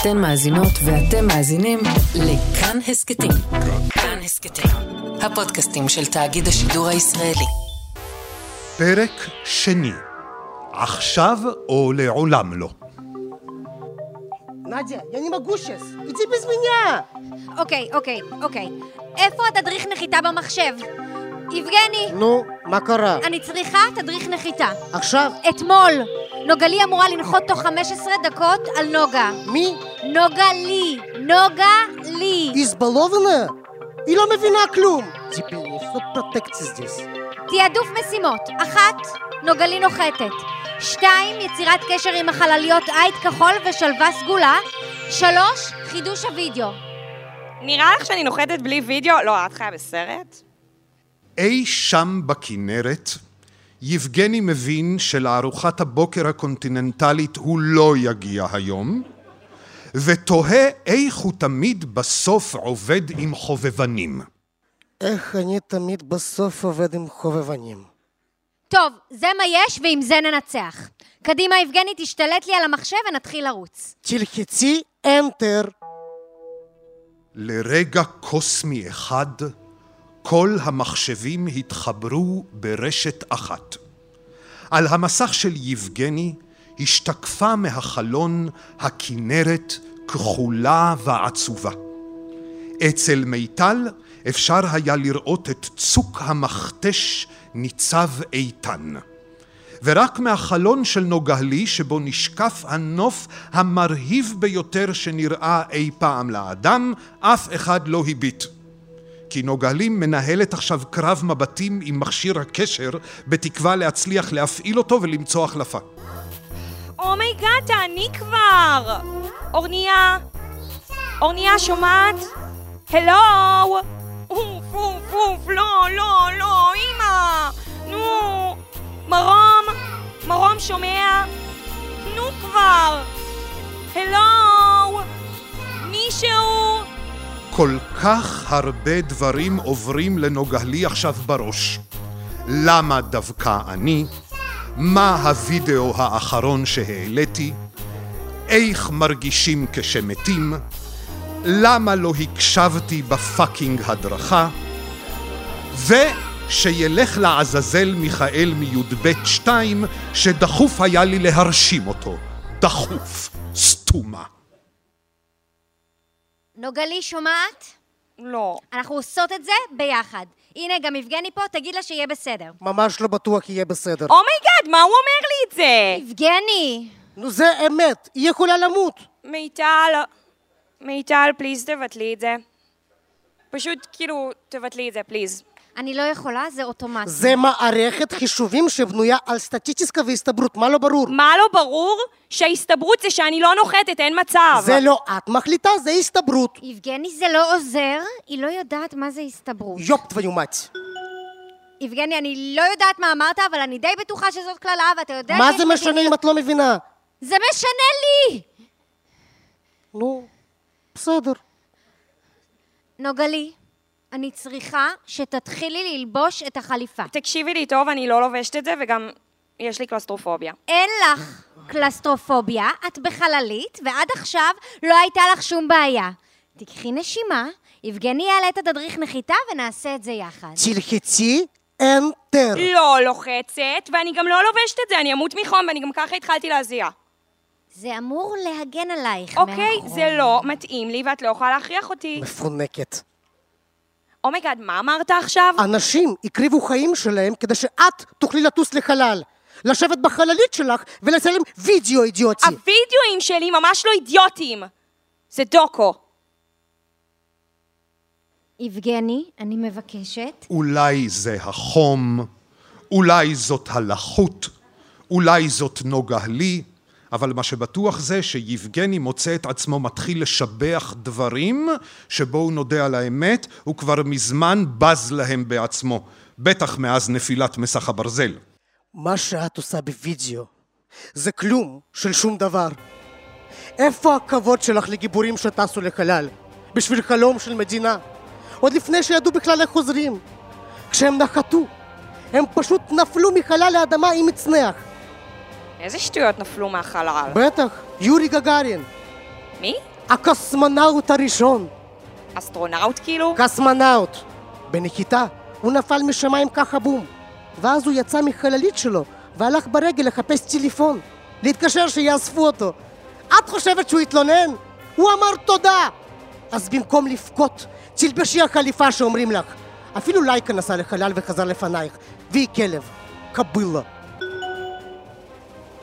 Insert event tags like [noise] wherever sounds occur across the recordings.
אתן מאזינות ואתם מאזינים לכאן הסכתים. כאן הסכתים, הפודקאסטים של תאגיד השידור הישראלי. פרק שני, עכשיו או לעולם לא. Надя, я не могу сейчас! Иди без меня! אוקיי, אוקיי, אוקיי. איפה התדריך נחיתה במחשב? יבגני, Ну, מה קרה? אני צריכה תדריך נחיתה. עכשיו, אתמול, נוגלי אמורה לנחות תוך 15 דקות על נוגה. מי? נוגה לי! נוגה לי! היא זבלובנה? היא לא מבינה כלום! Теперь не все протекция здесь. תעדוף משימות. אחת, נוגלי נוחתת. שתיים, יצירת קשר עם החלליות עית כחול ושלווה סגולה. שלוש, חידוש הוידאו. נראה לך שאני נוחתת בלי וידאו? לא, את חיה בסרט? אי שם בכנרת, יבגני מבין שלארוחת הבוקר הקונטיננטלית הוא לא יגיע היום, ותוהה איך הוא תמיד בסוף עובד עם חובבנים. איך אני תמיד בסוף עובד עם חובבנים. טוב, זה מה יש ועם זה ננצח. קדימה, יבגני, תשתלט לי על המחשב ונתחיל לרוץ. תלחצי Enter. לרגע קוסמי אחד, כל המחשבים התחברו ברשת אחת. על המסך של יבגני השתקפה מהחלון הכנרת כחולה ועצובה. אצל מיטל אפשר היה לראות את צוק המכתש ניצב איתן. ורק מהחלון של נוגהלי, שבו נשקף הנוף המרהיב ביותר שנראה אי פעם לאדם, אף אחד לא הביט. כי נוגהלי מנהלת עכשיו קרב מבטים עם מכשיר הקשר, בתקווה להצליח להפעיל אותו ולמצוא החלפה. אומייגאד, תעני כבר! אורניה! אורניה, שומעת? הלו! אוף, אוף, אוף, לא, לא, לא, אמא! נו! מרום! מרום שומע? נו כבר! הלו! מישהו! כל כך הרבה דברים עוברים לנוגהלי עכשיו בראש. למה דווקא אני? מה הווידאו האחרון שהעליתי? איך מרגישים כשמתים? למה לא הקשבתי בפאקינג הדרכה? ושילך לעזאזל מיכאל מי"ב 2, שדחוף היה לי להרשים אותו. דחוף. סתומה. נוגלי, שומעת? לא. אנחנו עושות את זה ביחד. הנה, גם יבגני פה, תגיד לה שיהיה בסדר. ממש לא בטוח יהיה בסדר. אומייגאד, מה הוא אומר לי את זה? יבגני! נו זה אמת, היא יכולה למות. מיטל, מיטל, פליז תבטלי את זה. פשוט, כאילו, תבטלי את זה, פליז. אני לא יכולה, זה אוטומטי. זה מערכת חישובים שבנויה על סטטיסטיקה והסתברות, מה לא ברור? מה לא ברור? שההסתברות זה שאני לא נוחתת, אין מצב. זה לא את מחליטה, זה הסתברות. יבגני, זה לא עוזר, היא לא יודעת מה זה הסתברות. יופ твою мать. יבגני, אני לא יודעת מה אמרת, אבל אני די בטוחה שזאת קללה, ואתה יודע... מה שיש זה לי- משנה אם את לא מבינה? זה משנה לי! נו, בסדר. נוגלי, אני צריכה שתתחילי ללבוש את החליפה. תקשיבי לי טוב, אני לא לובשת את זה, וגם יש לי קלסטרופוביה. אין לך קלסטרופוביה, את בחללית, ועד עכשיו לא הייתה לך שום בעיה. תיקחי נשימה, יבגני יעלה את התדריך נחיתה ונעשה את זה יחד. תלחצי Enter. לא לוחצת, ואני גם לא לובשת את זה, אני אמות מחום, ואני גם ככה התחלתי להזיע. זה אמור להגן עלייך אוקיי, מהחום. זה לא מתאים לי, ואת לא יכולה להכריח אותי. מפונקת. אומייגאד, מה אמרת עכשיו? אנשים הקריבו חיים שלהם כדי שאת תוכלי לטוס לחלל. לשבת בחללית שלך ולצלם וידאו אידיוטי. הווידאוים שלי ממש לא אידיוטים. זה דוקו. לא- יבגני, אני מבקשת. אולי זה החום, אולי זאת הלחות, אולי זאת נוגה לי, אבל מה שבטוח זה שיבגני מוצא את עצמו מתחיל לשבח דברים שבואו נודה על האמת, הוא כבר מזמן בז להם בעצמו, בטח מאז נפילת מסך הברזל. מה שאת עושה בווידאו זה כלום של שום דבר. איפה הכבוד שלך לגיבורים שטסו לחלל? בשביל חלום של מדינה? עוד לפני שידעו בכלל איך חוזרים. כשהם נחתו, הם פשוט נפלו מחלל לאדמה עם מצנח. איזה שטויות נפלו מהחלל. בטח, יורי גגארין. מי? הקוסמונאוט הראשון. אסטרונאוט כאילו? קסמנאוט. בנקיטה, הוא נפל משמיים ככה בום. ואז הוא יצא מחללית שלו, והלך ברגל לחפש טלפון. להתקשר שיאספו אותו. את חושבת שהוא התלונן? הוא אמר תודה! אז במקום לבכות, תלבשי החליפה שאומרים לך. אפילו לייקה נסע לחלל וחזר לפנייך. והיא כלב. קבילה.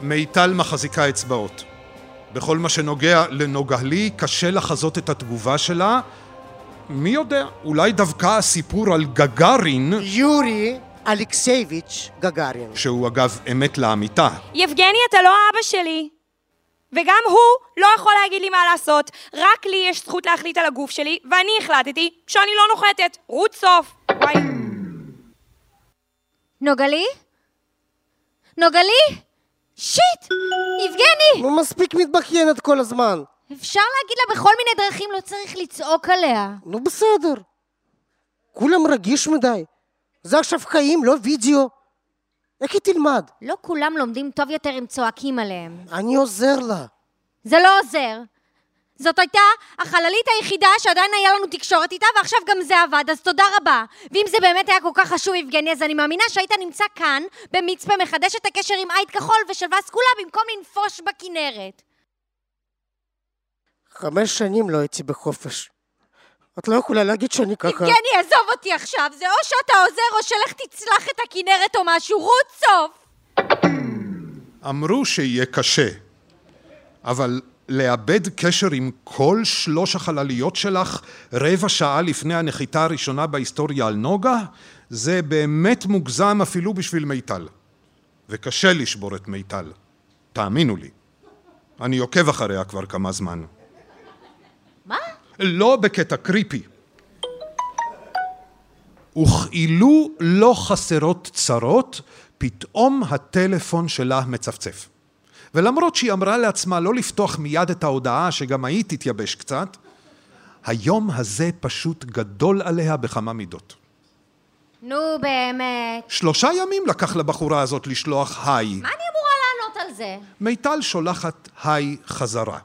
מיטל מחזיקה אצבעות. בכל מה שנוגע לנוגהלי, קשה לחזות את התגובה שלה. מי יודע, אולי דווקא הסיפור על גגארין, יורי אלכסייביץ' גגארין. שהוא אגב אמת לאמיתה, יבגני, אתה לא האבא שלי. וגם הוא לא יכול להגיד לי מה לעשות. רק לי יש זכות להחליט על הגוף שלי, ואני החלטתי שאני לא נוחתת. רות סוף. וואי. נוגלי? נוגלי? שיט! יבגני! נו, מספיק מתבכיינת כל הזמן. אפשר להגיד לה בכל מיני דרכים, לא צריך לצעוק עליה. נו, בסדר. כולם רגיש מדי. זה עכשיו חיים, לא וידאו. איך היא תלמד? לא כולם לומדים טוב יותר אם צועקים עליהם. אני עוזר לה. זה לא עוזר. זאת הייתה החללית היחידה שעדיין היה לנו תקשורת איתה, ועכשיו גם זה עבד, אז תודה רבה. ואם זה באמת היה כל כך חשוב, יבגני, אז אני מאמינה שהיית נמצא כאן, במצפה, מחדש את הקשר עם עיד כחול ושלווה סגולה, במקום לנפוש בכנרת. חמש שנים לא הייתי בחופש. את לא יכולה להגיד שאני אוקיי. ככה. יבגני, עזוב אותי עכשיו, זה או שאתה עוזר או שלך תצלח את הכנרת או משהו, רות סוף! אמרו שיהיה קשה, אבל לאבד קשר עם כל שלוש החלליות שלך רבע שעה לפני הנחיתה הראשונה בהיסטוריה על נוגה, זה באמת מוגזם אפילו בשביל מיטל. וקשה לשבור את מיטל, תאמינו לי. אני עוקב אחריה כבר כמה זמן. מה? לא בקטע קריפי. וכאילו לא חסרות צרות, פתאום הטלפון שלה מצפצף. ולמרות שהיא אמרה לעצמה לא לפתוח מיד את ההודעה, שגם היית תתייבש קצת, היום הזה פשוט גדול עליה בכמה מידות. נו באמת. שלושה ימים לקח לבחורה הזאת לשלוח היי. מה אני אמורה לענות על זה? מיטל שולחת היי חזרה.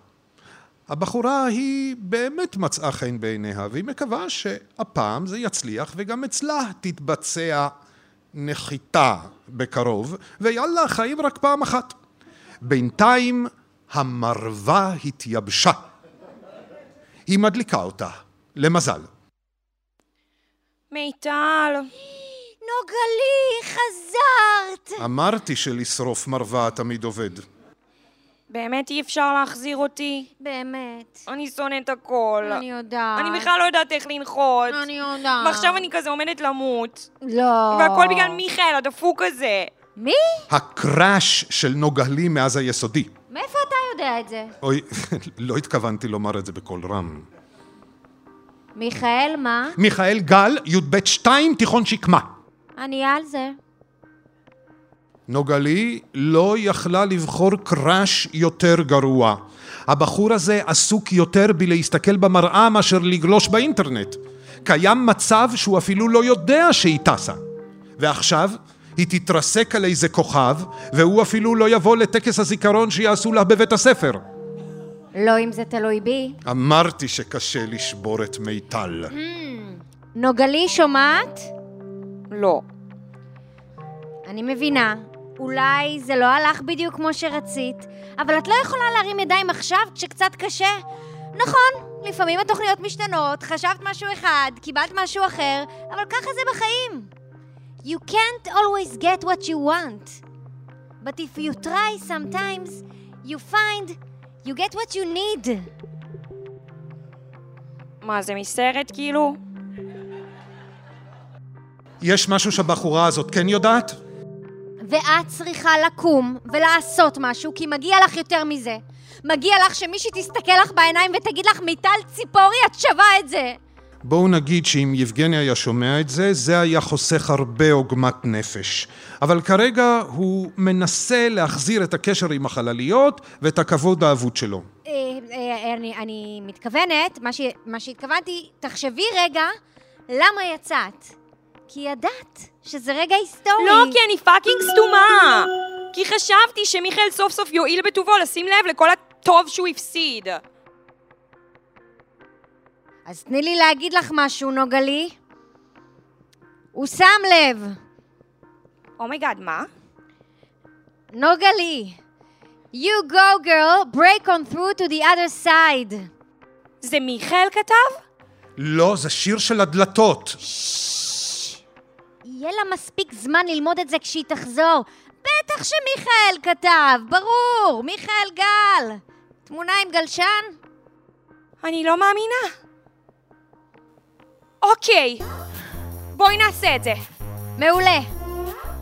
הבחורה היא באמת מצאה חן בעיניה, והיא מקווה שהפעם זה יצליח וגם אצלה תתבצע נחיתה בקרוב, ויאללה, חיים רק פעם אחת. בינתיים המרווה התייבשה. היא מדליקה אותה, למזל. מיטל. נוגלי, חזרת! אמרתי שלשרוף מרווה תמיד עובד. באמת אי אפשר להחזיר אותי? באמת. אני שונאת הכל. אני יודעת. אני בכלל לא יודעת איך לנחות. אני יודעת. ועכשיו אני כזה עומדת למות. לא. והכל בגלל מיכאל הדפוק הזה. מי? הקראש של נוגהלי מאז היסודי. מאיפה אתה יודע את זה? אוי, [laughs] לא התכוונתי לומר את זה בקול רם. מיכאל, מה? מיכאל גל, י"ב 2, תיכון שקמה. אני על זה. נוגלי לא יכלה לבחור קראש יותר גרוע. הבחור הזה עסוק יותר בלהסתכל במראה מאשר לגלוש באינטרנט. קיים מצב שהוא אפילו לא יודע שהיא טסה. ועכשיו היא תתרסק על איזה כוכב, והוא אפילו לא יבוא לטקס הזיכרון שיעשו לה בבית הספר. לא אם זה תלוי בי. אמרתי שקשה לשבור את מיטל. נוגלי, שומעת? לא. אני מבינה. אולי זה לא הלך בדיוק כמו שרצית, אבל את לא יכולה להרים ידיים עכשיו כשקצת קשה. נכון, לפעמים התוכניות משתנות, חשבת משהו אחד, קיבלת משהו אחר, אבל ככה זה בחיים. You can't always get what you want. But if you try sometimes, you find you get what you need. מה, זה מסרט כאילו? יש משהו שהבחורה הזאת כן יודעת? ואת צריכה לקום ולעשות משהו, כי מגיע לך יותר מזה. מגיע לך שמישהי תסתכל לך בעיניים ותגיד לך, מיטל ציפורי, את שווה את זה! בואו נגיד שאם יבגני היה שומע את זה, זה היה חוסך הרבה עוגמת נפש. אבל כרגע הוא מנסה להחזיר את הקשר עם החלליות ואת הכבוד האבוד שלו. אה, אה, אני, אני מתכוונת, מה, ש, מה שהתכוונתי, תחשבי רגע למה יצאת. כי ידעת שזה רגע היסטורי. לא, כי אני פאקינג סתומה! כי חשבתי שמיכאל סוף סוף יואיל בטובו לשים לב לכל הטוב שהוא הפסיד. אז תני לי להגיד לך משהו, נוגלי. הוא שם לב. אומייגאד, מה? נוגלי. You go girl, break on through to the other side. זה מיכאל כתב? לא, זה שיר של הדלתות. יהיה לה מספיק זמן ללמוד את זה כשהיא תחזור. בטח שמיכאל כתב, ברור, מיכאל גל. תמונה עם גלשן? אני לא מאמינה. אוקיי, בואי נעשה את זה. מעולה.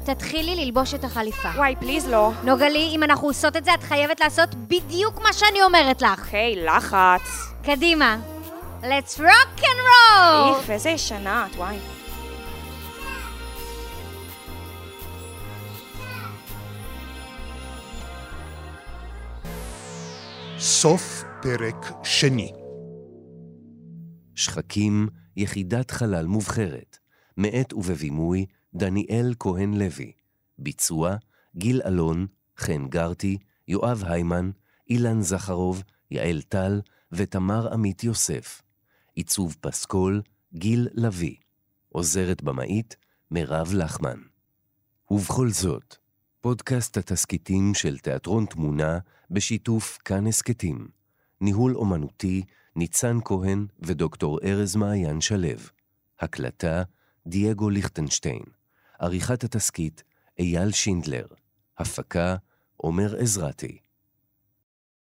תתחילי ללבוש את החליפה. וואי, פליז לא. נוגלי, אם אנחנו עושות את זה, את חייבת לעשות בדיוק מה שאני אומרת לך. אוקיי, לחץ. קדימה. let's rock and roll! איך, איזה ישנה את, וואי. סוף פרק שני. שחקים, יחידת חלל מובחרת, מאת ובבימוי דניאל כהן לוי, ביצוע גיל אלון, חן גרטי, יואב היימן, אילן זכרוב, יעל טל ותמר עמית יוסף, עיצוב פסקול גיל לביא, עוזרת במאית מירב לחמן. ובכל זאת, פודקאסט התסכיתים של תיאטרון תמונה בשיתוף כאן הסכתים. ניהול אומנותי, ניצן כהן ודוקטור ארז מעיין שלו. הקלטה, דייגו ליכטנשטיין. עריכת התסכית, אייל שינדלר. הפקה, עומר עזרתי.